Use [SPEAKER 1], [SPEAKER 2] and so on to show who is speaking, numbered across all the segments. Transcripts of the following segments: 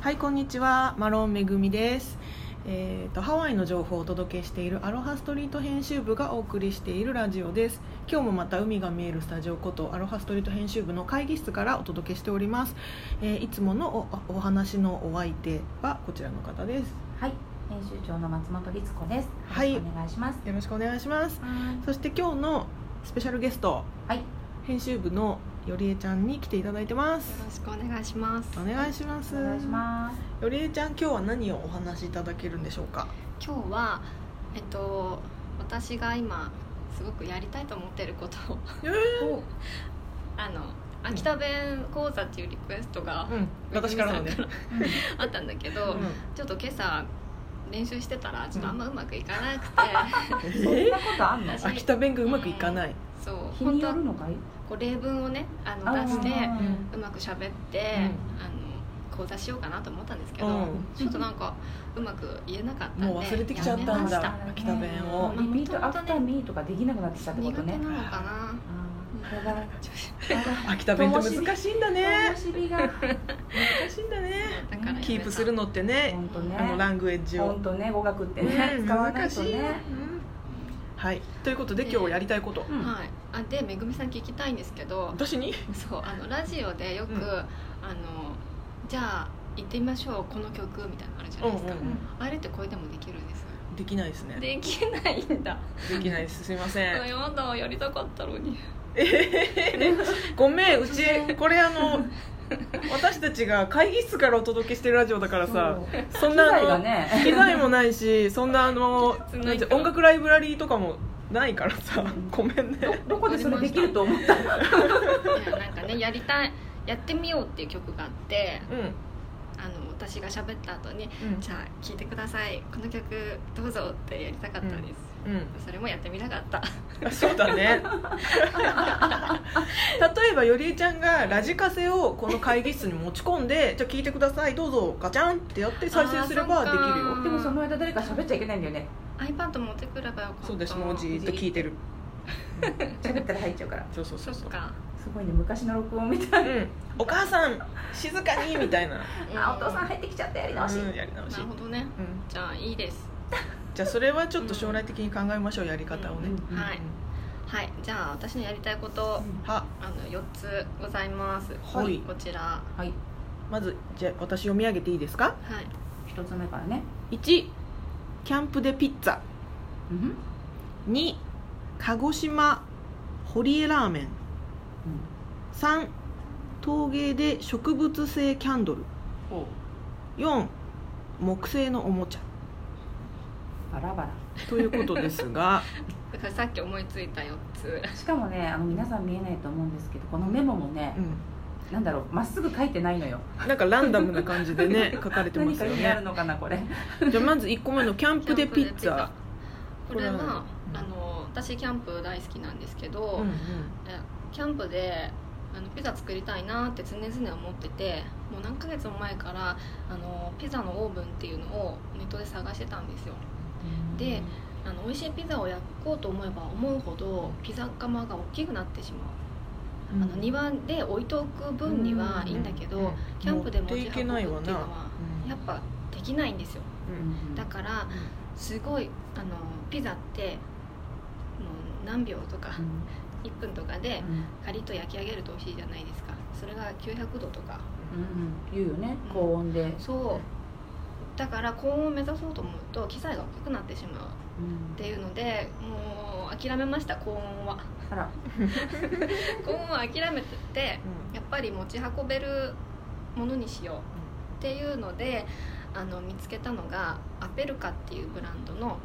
[SPEAKER 1] はいこんにちはマロンめぐみですえーとハワイの情報をお届けしているアロハストリート編集部がお送りしているラジオです今日もまた海が見えるスタジオことアロハストリート編集部の会議室からお届けしております、えーいつものおお話のお相手はこちらの方です
[SPEAKER 2] はい、編集長の松本律子です。
[SPEAKER 1] はい
[SPEAKER 2] よろしくお願いします。
[SPEAKER 1] よろしくお願いしますそして今日のスペシャルゲスト
[SPEAKER 2] はい、
[SPEAKER 1] 編集部のよりえちゃんに来ていただいてま
[SPEAKER 3] よ
[SPEAKER 1] す
[SPEAKER 3] ろしくお願いします。
[SPEAKER 1] お願いします
[SPEAKER 2] お願いします。
[SPEAKER 1] よりえちゃん今日は何をお話しいただけるんでしょうか
[SPEAKER 3] 今日はえっと私が今すごくやりたいと思ってることを あの秋田弁講座っていうリクエストが
[SPEAKER 1] うん私からのね
[SPEAKER 3] めぐみ あったんだけど、
[SPEAKER 1] うん
[SPEAKER 3] ちょっと今朝練習してたらちょっとあんまうまくいかなくて、
[SPEAKER 2] そんなことあんの？
[SPEAKER 3] 私
[SPEAKER 1] 秋田弁がうまくいかない、
[SPEAKER 3] そう
[SPEAKER 2] 日
[SPEAKER 3] 本
[SPEAKER 2] に
[SPEAKER 3] 当
[SPEAKER 2] よ
[SPEAKER 3] は
[SPEAKER 2] るのかい？
[SPEAKER 3] こう例文をねあの出してうまく喋って、あの講座しようかなと思ったんですけど、
[SPEAKER 1] うん
[SPEAKER 3] ちょっとなんかうまく言えなかったんで
[SPEAKER 1] もう忘れてきちゃった
[SPEAKER 3] やめ
[SPEAKER 1] ん
[SPEAKER 3] ました
[SPEAKER 1] だ秋田弁を
[SPEAKER 2] リピートアフターミーとかできなくなってきたってこ
[SPEAKER 3] 苦
[SPEAKER 2] と
[SPEAKER 3] 手な
[SPEAKER 2] ね。
[SPEAKER 3] の
[SPEAKER 2] あ
[SPEAKER 3] かな
[SPEAKER 2] ー
[SPEAKER 3] うん
[SPEAKER 2] だから
[SPEAKER 1] 秋田弁って難しいんだね
[SPEAKER 2] 楽しみが
[SPEAKER 1] 難しいんだね
[SPEAKER 3] だからや めた
[SPEAKER 1] キープするのってね
[SPEAKER 2] 本当
[SPEAKER 1] あのラ
[SPEAKER 2] ね。
[SPEAKER 1] ングエッジを
[SPEAKER 2] 本当ね、語学ってね
[SPEAKER 1] う、ん
[SPEAKER 2] 使わない
[SPEAKER 1] 難
[SPEAKER 2] と
[SPEAKER 1] しいよ
[SPEAKER 2] ね。
[SPEAKER 1] うんはいということで今日やりたいこと
[SPEAKER 2] うん
[SPEAKER 3] はい、あでめぐみさん聞きたいんです けど
[SPEAKER 1] 私に
[SPEAKER 3] そうあのラジオでよく、
[SPEAKER 1] うん
[SPEAKER 3] あのじゃあ行ってみましょうこの曲みたいなのあるじゃないですか、
[SPEAKER 1] うんうんうん
[SPEAKER 3] あれって声でもできるんです
[SPEAKER 1] できないですね
[SPEAKER 3] できないんだ
[SPEAKER 1] できないですすいません
[SPEAKER 3] 読んだやりたかったのに
[SPEAKER 1] ごめんうちこれあの私たちが会議室からお届けしてるラジオだからさそ
[SPEAKER 2] そう
[SPEAKER 1] ん
[SPEAKER 2] 機
[SPEAKER 1] な
[SPEAKER 2] 材が
[SPEAKER 1] あの
[SPEAKER 2] ね、
[SPEAKER 1] 機材もないしそんなあの
[SPEAKER 3] 技術ないから
[SPEAKER 1] 音楽ライブラリーとかもないからさ
[SPEAKER 2] うん
[SPEAKER 1] ごめんね
[SPEAKER 2] どどこでそれできると思った？
[SPEAKER 3] いやなんかねやりたいやってみようっていう曲があって
[SPEAKER 1] うん、
[SPEAKER 3] あの私が喋った後に
[SPEAKER 1] うん
[SPEAKER 3] じゃあ聴いてくださいこの曲どうぞってやりたかったです、
[SPEAKER 1] う
[SPEAKER 3] それもやってみなか った
[SPEAKER 1] ん、そうだね例えばよりえちゃんがラジカセをこの会議室に持ち込んで「 じゃあ聞いてくださいどうぞガチャン」ってやって再生すれば
[SPEAKER 3] あ
[SPEAKER 1] で
[SPEAKER 3] ー
[SPEAKER 1] きる
[SPEAKER 3] そっ
[SPEAKER 1] よ
[SPEAKER 3] か
[SPEAKER 2] でもその間誰か喋っちゃいけないんだよね。
[SPEAKER 3] iPad 持ってくればよかった
[SPEAKER 1] そうですもうじーっと聞いてる
[SPEAKER 2] 喋ったら入っちゃうから。
[SPEAKER 1] そうそう
[SPEAKER 3] そ
[SPEAKER 1] そう
[SPEAKER 3] っ
[SPEAKER 1] そう
[SPEAKER 3] か、
[SPEAKER 2] すごいね、昔の録音みたい。
[SPEAKER 1] うん、お母さん静かにみたいな、
[SPEAKER 3] う
[SPEAKER 2] あ、お父さん入ってきちゃったやり直し。
[SPEAKER 1] うん、やり直し
[SPEAKER 3] なるほどね
[SPEAKER 1] うん
[SPEAKER 3] じゃあいいです
[SPEAKER 1] じゃあそれはちょっと将来的に考えましょうやり方をね、
[SPEAKER 2] うん
[SPEAKER 3] はいはいじゃあ私のやりたいこと
[SPEAKER 1] は
[SPEAKER 3] あの4つございます
[SPEAKER 1] はい
[SPEAKER 3] こちらは
[SPEAKER 2] はい、
[SPEAKER 1] まずじゃあ私読み上げていいですか
[SPEAKER 3] い
[SPEAKER 2] 一つ目からね。
[SPEAKER 1] 1キャンプでピッツァ
[SPEAKER 2] うん。
[SPEAKER 1] 2鹿児島堀江ラーメン3陶芸で植物性キャンドル
[SPEAKER 2] ほ
[SPEAKER 1] 4木製のおもちゃ
[SPEAKER 2] うバラバ
[SPEAKER 1] ということです が
[SPEAKER 3] だからさっき思いついた4つ
[SPEAKER 2] ラしかもねあの皆さん見えないと思うんですけどこのメモもね
[SPEAKER 1] う、ん
[SPEAKER 2] なんだろうまっすぐ書いてないのよ
[SPEAKER 1] なんかランダムな感じで ね書かれてま
[SPEAKER 2] 何
[SPEAKER 1] す
[SPEAKER 2] か
[SPEAKER 1] よ
[SPEAKER 2] 意味ある
[SPEAKER 1] ね
[SPEAKER 2] のかなこれ
[SPEAKER 1] じゃあまず1個目のキャンプでピッツァ
[SPEAKER 3] これは
[SPEAKER 1] これは
[SPEAKER 3] あの私キャンプ大好きなんですけど、
[SPEAKER 1] うん
[SPEAKER 3] えキャンプであのピザ作りたいなって常々思っててもう何ヶ月も前からあのピザのオーブンっていうのをネットで探してたんですよであの美味しいピザを焼こうと思えば思うほどピザ窯が大きくなってしまう、
[SPEAKER 1] うん
[SPEAKER 3] あの庭で置いておく分にはいいんだけど、
[SPEAKER 1] うん
[SPEAKER 3] キャンプで持ち
[SPEAKER 1] 持っていけ
[SPEAKER 3] 運ぶ
[SPEAKER 1] な
[SPEAKER 3] ってい
[SPEAKER 1] いうわ
[SPEAKER 3] のは
[SPEAKER 1] な
[SPEAKER 3] やっぱできないんですよ
[SPEAKER 1] うん
[SPEAKER 3] だからすごいあのピザってもう何秒とか1分とかでカリッと焼き上げると美味しいじゃないですかそれが900度とか
[SPEAKER 2] 言うよね高温で、
[SPEAKER 3] そうだから高温を目指そうと思うと機材が大きくなってしまうっていうのでもう諦めました高温は
[SPEAKER 2] あら
[SPEAKER 3] 高温は諦めててやっぱり持ち運べるものにしようっていうのであの見つけたのがアペルカっていうブランドのあの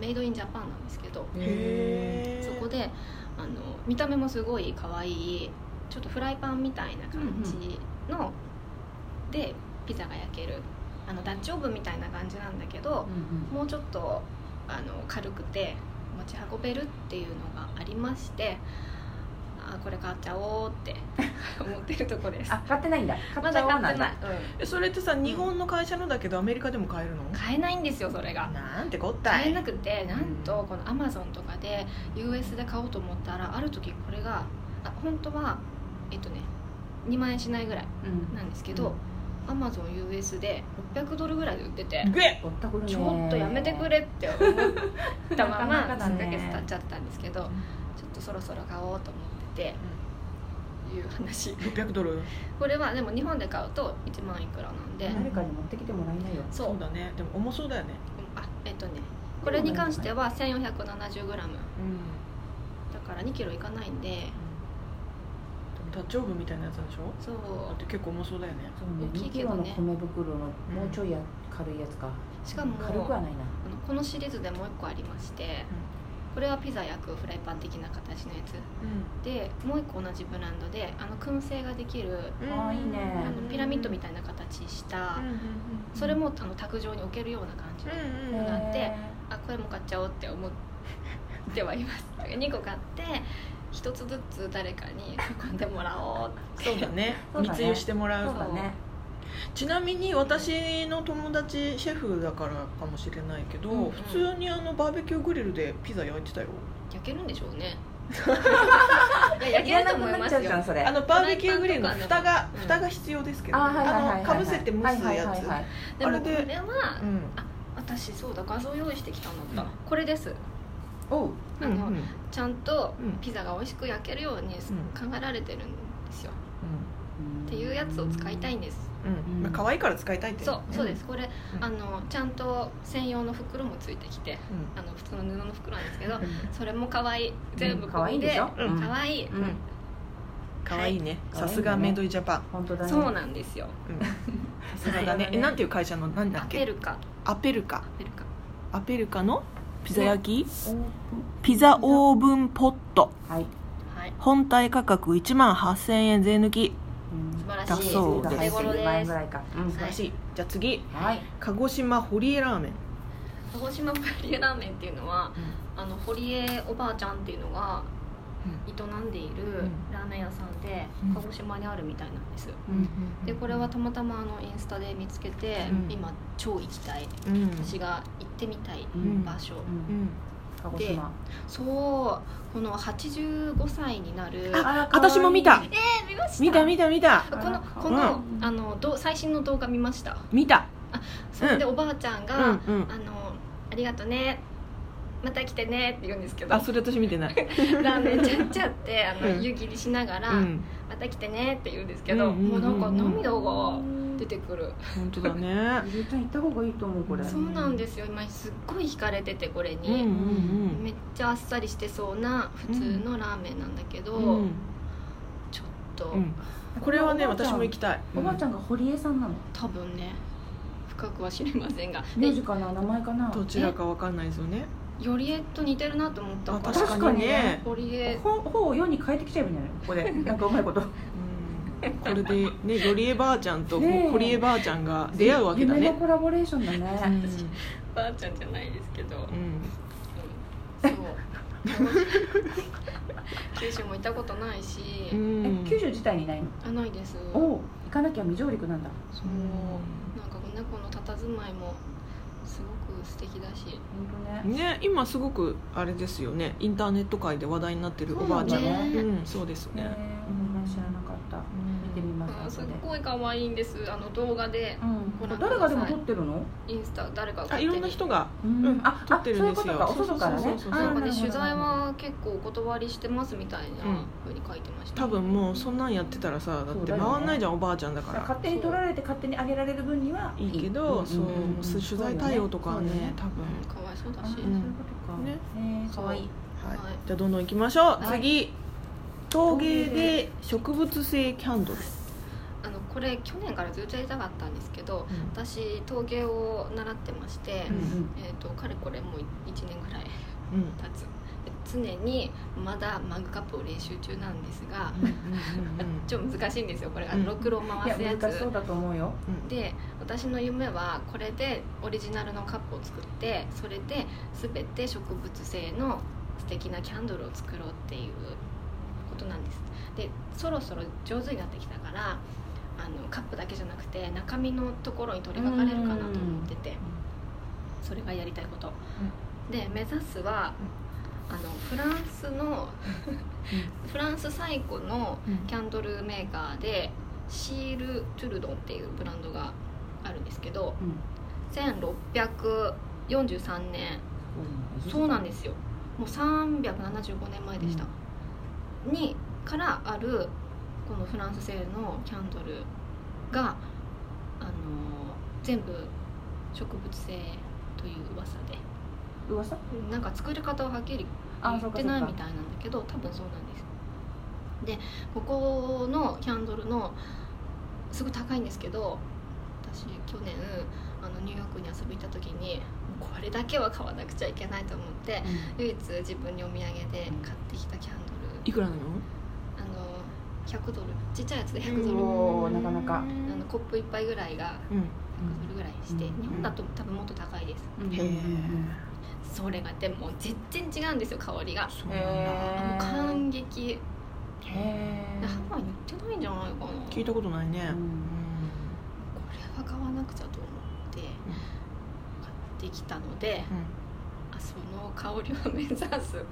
[SPEAKER 3] メイドインジャパンなんですけど
[SPEAKER 1] うんへえ
[SPEAKER 3] そこであの見た目もすごい可愛いちょっとフライパンみたいな感じの、でピザが焼けるあのダッチオーブンみたいな感じなんだけど、もうちょっとあの軽くて持ち運べるっていうのがありましてあこれ買っちゃおうって 思ってるとこです
[SPEAKER 2] あ買ってないんだ買
[SPEAKER 3] ま
[SPEAKER 2] っちゃ
[SPEAKER 3] だ
[SPEAKER 2] わ
[SPEAKER 3] 買
[SPEAKER 2] な
[SPEAKER 3] って
[SPEAKER 2] い
[SPEAKER 3] ない、
[SPEAKER 1] えそれってさ日本の会社のだけどアメリカでも買えるの
[SPEAKER 3] うん買えないんですよそれが
[SPEAKER 1] なんてこった
[SPEAKER 3] 買
[SPEAKER 1] い
[SPEAKER 3] えなくてなんとこのアマゾンとかで US で買おうと思ったらある時これがあ本当はえっとね2万円しないぐらいなんですけど、アマゾン US で600ドルぐらいで売ってて
[SPEAKER 1] グエ
[SPEAKER 2] ぼったくるね
[SPEAKER 3] ちょっとやめてくれって思ったま
[SPEAKER 2] なか
[SPEAKER 3] ま
[SPEAKER 2] なかだ
[SPEAKER 3] 数
[SPEAKER 2] ね
[SPEAKER 3] ヶ月経っちゃったんですけどちょっとそろそろ買おうと思ってて、いう話
[SPEAKER 1] 600ドル
[SPEAKER 3] これはでも日本で買うと1万いくらなんで、
[SPEAKER 1] うん
[SPEAKER 2] 誰かに持ってきてもらえないよ
[SPEAKER 3] そう
[SPEAKER 1] そうだねでも重そうだよね
[SPEAKER 3] あえっとねこれに関しては 1470g
[SPEAKER 1] うん
[SPEAKER 3] だから 2kg いかないんで
[SPEAKER 1] でもダチョウブみたいなやつなんでしょ
[SPEAKER 3] そう
[SPEAKER 1] だって結構重そうだよね
[SPEAKER 2] そうね
[SPEAKER 3] 大きい
[SPEAKER 2] 2キ
[SPEAKER 3] け
[SPEAKER 2] ロ
[SPEAKER 3] ど
[SPEAKER 2] の
[SPEAKER 3] ね
[SPEAKER 2] 米袋のもうちょいや軽いやつか
[SPEAKER 3] しかも
[SPEAKER 2] 軽くはないな
[SPEAKER 3] あのこのシリーズでもう1個ありまして、これはピザ焼くフライパン的な形のやつでもう1個同じブランドであの燻製ができる
[SPEAKER 1] うん
[SPEAKER 2] あーいいね
[SPEAKER 3] あのピラミッドみ
[SPEAKER 1] い
[SPEAKER 3] たいな形した
[SPEAKER 1] な、
[SPEAKER 3] それもあの卓上に置けるような感じで、
[SPEAKER 1] うんうん
[SPEAKER 3] ん
[SPEAKER 1] うん
[SPEAKER 3] だって
[SPEAKER 2] へ
[SPEAKER 3] あこれも買っちゃおうって思ってはいます2個買って1つずつ誰かに運んでもらおうって
[SPEAKER 1] そうだ ね
[SPEAKER 2] そうだね
[SPEAKER 1] 密輸しても
[SPEAKER 2] ー
[SPEAKER 1] ら
[SPEAKER 2] そううだね
[SPEAKER 1] ちなみに私の友達シェフだからかもしれないけど、
[SPEAKER 3] うんうん
[SPEAKER 1] 普通にあのバーベキューグリルでピザ焼いてたよ
[SPEAKER 3] 焼けるんでしょうねいや焼
[SPEAKER 2] い
[SPEAKER 3] け
[SPEAKER 2] ら
[SPEAKER 3] る
[SPEAKER 2] な
[SPEAKER 3] と
[SPEAKER 2] く
[SPEAKER 3] 思い
[SPEAKER 2] な
[SPEAKER 3] ま
[SPEAKER 2] っ
[SPEAKER 3] す
[SPEAKER 2] ちゃうじゃん
[SPEAKER 3] よ
[SPEAKER 2] それ
[SPEAKER 1] あのバーベキューグリルの
[SPEAKER 3] フライパ
[SPEAKER 1] 蓋
[SPEAKER 3] ンとか
[SPEAKER 1] が
[SPEAKER 3] ねうん
[SPEAKER 1] 蓋が必要ですけどね
[SPEAKER 2] あーはいはいはいはい
[SPEAKER 1] あのかぶせて蒸すや
[SPEAKER 2] はいはいはいはい
[SPEAKER 1] つ
[SPEAKER 3] でも
[SPEAKER 1] あれ
[SPEAKER 3] こ
[SPEAKER 1] で
[SPEAKER 3] れは、
[SPEAKER 1] うん
[SPEAKER 3] 私そうだ画像用意してきたんだった、
[SPEAKER 1] うん
[SPEAKER 3] これです
[SPEAKER 2] おう
[SPEAKER 3] あの、
[SPEAKER 1] うんうん
[SPEAKER 3] ちゃんと
[SPEAKER 1] うん
[SPEAKER 3] ピザが美味しく焼けるように
[SPEAKER 1] ん
[SPEAKER 3] 考えられてるんですよ、っていうやつを使いたいんです、
[SPEAKER 1] うんうんまあ可愛いから使いたいって
[SPEAKER 3] そうそうです、これ
[SPEAKER 1] うん
[SPEAKER 3] あのちゃんと専用の袋もついてきて
[SPEAKER 1] うん
[SPEAKER 3] あの普通の布の袋なんですけど
[SPEAKER 1] うん
[SPEAKER 3] それも可愛い全部
[SPEAKER 2] 可愛いんでしょ
[SPEAKER 1] うん
[SPEAKER 3] 可愛い
[SPEAKER 2] うんうん
[SPEAKER 1] 可愛いね
[SPEAKER 2] 可愛いんだ
[SPEAKER 1] さ
[SPEAKER 2] ね
[SPEAKER 1] すがメイドインジャパン
[SPEAKER 2] 本当だね
[SPEAKER 3] そうなんですよ
[SPEAKER 1] うんさすがねえなんていう会社の何だ
[SPEAKER 3] ア
[SPEAKER 1] っ
[SPEAKER 3] ペ
[SPEAKER 1] け
[SPEAKER 3] ルカ
[SPEAKER 1] アペルカ
[SPEAKER 3] アペルカ
[SPEAKER 1] アペルカのピザ焼き
[SPEAKER 2] おう
[SPEAKER 1] ピザオーブンポット
[SPEAKER 2] はい
[SPEAKER 3] はい
[SPEAKER 1] 本体価格1万8000円税抜き
[SPEAKER 2] うん
[SPEAKER 3] 素晴ら
[SPEAKER 1] だ
[SPEAKER 3] しい
[SPEAKER 1] そうです
[SPEAKER 3] お手頃
[SPEAKER 2] 10万
[SPEAKER 3] で
[SPEAKER 2] 円
[SPEAKER 3] す
[SPEAKER 2] ぐらいかうん
[SPEAKER 3] はい
[SPEAKER 1] しいじゃあ次
[SPEAKER 2] はい
[SPEAKER 1] 鹿児島堀江ラーメン
[SPEAKER 3] 鹿児島パリエラーメンっていうのはあの堀江おばあちゃんっていうのが営んでいる
[SPEAKER 1] うん
[SPEAKER 3] ラーメン屋さんで
[SPEAKER 1] うん
[SPEAKER 3] 鹿児島にあるみたいなんです
[SPEAKER 2] うん
[SPEAKER 3] でこれはたまたまあのインスタで見つけて、
[SPEAKER 1] うん
[SPEAKER 3] 今超行きたい
[SPEAKER 1] うん
[SPEAKER 3] 私が行ってみたい
[SPEAKER 2] うん
[SPEAKER 3] 場所、
[SPEAKER 2] うん
[SPEAKER 1] うん
[SPEAKER 2] 鹿児島
[SPEAKER 3] そうこの85歳になる
[SPEAKER 2] あら
[SPEAKER 1] 私も見た
[SPEAKER 3] えー、見ました
[SPEAKER 1] 見た見た見た
[SPEAKER 3] この
[SPEAKER 2] あ
[SPEAKER 3] この,、
[SPEAKER 2] うん
[SPEAKER 3] あのどう最新の動画見ました
[SPEAKER 1] 見た
[SPEAKER 3] それでおばあちゃん
[SPEAKER 1] う
[SPEAKER 3] が
[SPEAKER 1] んうん
[SPEAKER 3] 「あのありがとねまた来てね」って言うんですけど
[SPEAKER 1] あそれ私見てない
[SPEAKER 3] ラーメンちゃっちゃってあの、
[SPEAKER 1] うん
[SPEAKER 3] 湯切りしながら、
[SPEAKER 1] うん
[SPEAKER 3] また来てね」って言うんですけ
[SPEAKER 1] うん
[SPEAKER 3] ど、
[SPEAKER 1] うんうんうん
[SPEAKER 3] もうなんか涙が出てくる、
[SPEAKER 1] 本当だ ね
[SPEAKER 2] ゆうちゃん行った方がいいと思うこれ
[SPEAKER 3] そうなんですよ今すっごい惹かれててこれ
[SPEAKER 1] うんう
[SPEAKER 3] に、
[SPEAKER 1] ん
[SPEAKER 3] めっちゃあっさりしてそうな普通のラーメンなんだけど、
[SPEAKER 1] うんうん
[SPEAKER 3] ちょっと、
[SPEAKER 1] うんこれはね
[SPEAKER 2] おばあちゃん
[SPEAKER 1] 私も行きたい
[SPEAKER 2] おばあちゃ
[SPEAKER 1] ん
[SPEAKER 2] んが堀江さんなの
[SPEAKER 3] 多分ね深くは知りませんが
[SPEAKER 2] 名
[SPEAKER 3] で
[SPEAKER 2] 字かな名前かな
[SPEAKER 1] どちらかわかんないですよね
[SPEAKER 3] よりえと似てるなと思った
[SPEAKER 1] あ
[SPEAKER 3] から
[SPEAKER 2] 確
[SPEAKER 1] 確かにね
[SPEAKER 3] ホリエ
[SPEAKER 2] ほほを世に変えてきちゃえばいいんじゃないここでな んかうまいこと
[SPEAKER 1] うんこれで ねよりえばあちゃんと
[SPEAKER 2] ねえ
[SPEAKER 1] 堀江ばあちゃんが出会うわけだ
[SPEAKER 2] 夢
[SPEAKER 1] ね
[SPEAKER 2] のコラボレーションだね、
[SPEAKER 3] ばあちゃんじゃないですけど、
[SPEAKER 1] うんうん
[SPEAKER 3] そう九州も行ったことないし、
[SPEAKER 1] うん
[SPEAKER 2] え九州自体にないの
[SPEAKER 3] あないです
[SPEAKER 2] おお行かなきゃ未上陸なんだ
[SPEAKER 3] そううんなんかねこの佇まいもすごく素敵だし
[SPEAKER 2] 本当ね
[SPEAKER 1] ね今すごくあれですよねインターネット界で話題になってるおばあちゃん
[SPEAKER 2] そう
[SPEAKER 1] う
[SPEAKER 2] なんんだ
[SPEAKER 1] そうですよ
[SPEAKER 2] ね
[SPEAKER 1] ね
[SPEAKER 2] え名前知らなかった見てみ
[SPEAKER 3] あ
[SPEAKER 2] ますす
[SPEAKER 3] っ
[SPEAKER 2] 後で
[SPEAKER 3] ごい可愛いんですあの動画で
[SPEAKER 2] うんこ
[SPEAKER 3] ご
[SPEAKER 2] れ
[SPEAKER 3] 覧ください
[SPEAKER 2] 誰がでも撮ってるの
[SPEAKER 3] インスタ誰かが
[SPEAKER 1] あい
[SPEAKER 3] 勝手に
[SPEAKER 1] ろんな人が
[SPEAKER 2] うん
[SPEAKER 1] うん
[SPEAKER 2] あ
[SPEAKER 1] 撮ってるんですよ
[SPEAKER 2] あそういうことかお外から
[SPEAKER 1] そう
[SPEAKER 2] ね
[SPEAKER 1] そうそうそう
[SPEAKER 2] あー
[SPEAKER 3] なんかね
[SPEAKER 2] るほど
[SPEAKER 3] 取材は結構お断りしてますみたいなふうに書いてました、
[SPEAKER 1] 多分もうそんなんやってたらさだって回んないじゃんおばあちゃんだか
[SPEAKER 2] だから
[SPEAKER 1] ら
[SPEAKER 2] 勝手に撮られて勝手にあげられる分にはい
[SPEAKER 1] いけどそうもう取材対応とかはね多
[SPEAKER 3] うん
[SPEAKER 1] 分
[SPEAKER 3] かわいそうだ
[SPEAKER 2] あ
[SPEAKER 3] し、
[SPEAKER 2] そう
[SPEAKER 1] うん
[SPEAKER 2] いうことか
[SPEAKER 1] ね
[SPEAKER 2] ねえかわいい
[SPEAKER 1] はい
[SPEAKER 3] はい
[SPEAKER 1] じゃあどんどん行きましょう
[SPEAKER 3] はい
[SPEAKER 1] 次陶芸で植物性キャンドル
[SPEAKER 3] あのこれ去年からずっとやりたかったんですけど
[SPEAKER 1] う
[SPEAKER 3] 私陶芸を習ってまして、
[SPEAKER 1] うん
[SPEAKER 3] えー、とかれこれもう1年ぐらい
[SPEAKER 1] ん
[SPEAKER 3] 経つで常にまだマグカップを練習中なんですが、
[SPEAKER 1] うん
[SPEAKER 3] ちょっと難しいんですよこれが
[SPEAKER 1] うん
[SPEAKER 3] ろくろを
[SPEAKER 2] い
[SPEAKER 3] 回
[SPEAKER 2] や
[SPEAKER 3] すやつ、
[SPEAKER 2] 難しそうだと思うよ
[SPEAKER 3] で私の夢はこれでオリジナルのカップを作ってそれで全て植物性の素敵なキャンドルを作ろうっていうことなんですでそろそろ上手になってきたからあのカップだけじゃなくて中身のところに取り掛かれるかなと思っててそれがやりたいこと、で目指すはあのフランスのフランス最古のキャンドルメーカーでシール・トゥルドンっていうブランドがあるんですけど
[SPEAKER 2] うん
[SPEAKER 3] 1643年そうなんですよもう375年前でした、にからあるこのフランス製のキャンドルがあの全部植物性という噂で
[SPEAKER 2] 噂
[SPEAKER 3] なんか作り方ははっきり言
[SPEAKER 2] あそ
[SPEAKER 3] っ
[SPEAKER 2] うか
[SPEAKER 3] て
[SPEAKER 2] そう
[SPEAKER 3] ない
[SPEAKER 2] か
[SPEAKER 3] みたいなんだけど多分そうなんですでここのキャンドルのすごい高いんですけど私去年あのニューヨークに遊びに行った時にこれだけは買わなくちゃいけないと思って唯一自分にお土産で買ってきたキャンドル
[SPEAKER 1] いくらなの
[SPEAKER 3] あの100ドルちっちゃいやつで
[SPEAKER 2] う
[SPEAKER 3] 100ド
[SPEAKER 2] ん
[SPEAKER 3] ル
[SPEAKER 2] おーなかなか
[SPEAKER 3] あのコップ1杯ぐらいが
[SPEAKER 1] うん
[SPEAKER 3] 100ドルぐらいして
[SPEAKER 2] うん
[SPEAKER 3] 日本だと多分もっと高いです
[SPEAKER 2] うん
[SPEAKER 1] へえ
[SPEAKER 3] それがでも全然違うんですよ香りが
[SPEAKER 1] そうなんだ
[SPEAKER 3] もう
[SPEAKER 2] へえ
[SPEAKER 3] 感激
[SPEAKER 2] へえ
[SPEAKER 3] ハワイに売ってないんじゃないかなこ
[SPEAKER 1] 聞いたことないねうん
[SPEAKER 2] う
[SPEAKER 3] れは買わなくちゃと思って買ってきたので
[SPEAKER 1] ん
[SPEAKER 3] あその香りを目指す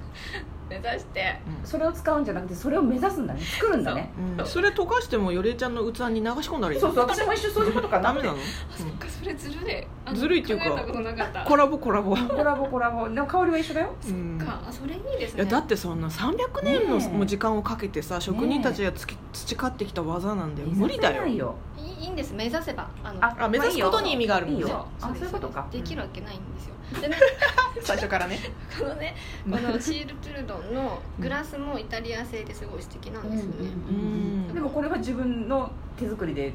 [SPEAKER 3] 目指して
[SPEAKER 2] それを使うんじゃなくてそれを目指すんだね作るんだね
[SPEAKER 1] うんうんそれ溶かしてもよれちゃんの器に流し込んだらいい
[SPEAKER 2] そうそう私も一緒そういうことか
[SPEAKER 1] ダ
[SPEAKER 2] な
[SPEAKER 1] メなの
[SPEAKER 3] あそっかそれずるであ
[SPEAKER 1] ずるいっていうか
[SPEAKER 3] 考えたことなかった
[SPEAKER 1] コラボコラボ
[SPEAKER 2] コラボコラボでも香りは一緒だよ
[SPEAKER 1] うん
[SPEAKER 3] かあそれいいです
[SPEAKER 1] いや
[SPEAKER 3] ね
[SPEAKER 1] だってそんな300年の
[SPEAKER 2] ねえ
[SPEAKER 1] もう時間をかけてさ職人たちがつき培ってきた技なんだよ無理だ
[SPEAKER 2] 目指せない
[SPEAKER 1] よ
[SPEAKER 3] いいいいんです目指せばあの
[SPEAKER 1] あ目指すことに意味があるもんね
[SPEAKER 2] いい
[SPEAKER 3] そう
[SPEAKER 2] よあそう
[SPEAKER 3] です
[SPEAKER 2] いうことか
[SPEAKER 3] できるわけないんですよでね
[SPEAKER 1] 最初からね
[SPEAKER 3] このねこのシールトゥルドンのグラスもイタリア製ですごい素敵なんですよね
[SPEAKER 1] うん
[SPEAKER 2] でもこれは自分の手作りで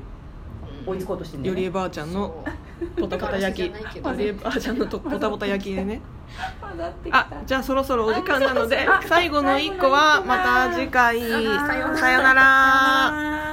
[SPEAKER 2] 追いつこうとしてんだ
[SPEAKER 1] よ
[SPEAKER 2] よ
[SPEAKER 1] りえ
[SPEAKER 2] ね
[SPEAKER 1] ばあちゃんのポタポタ焼きよりえばあちゃんのとポタポタ焼きでね
[SPEAKER 2] あだってき
[SPEAKER 1] あ
[SPEAKER 2] た
[SPEAKER 1] じゃあそろそろお時間なので
[SPEAKER 2] あそうそう
[SPEAKER 1] 最後の1個はまた次回
[SPEAKER 2] さようなら
[SPEAKER 1] さよなら
[SPEAKER 2] あー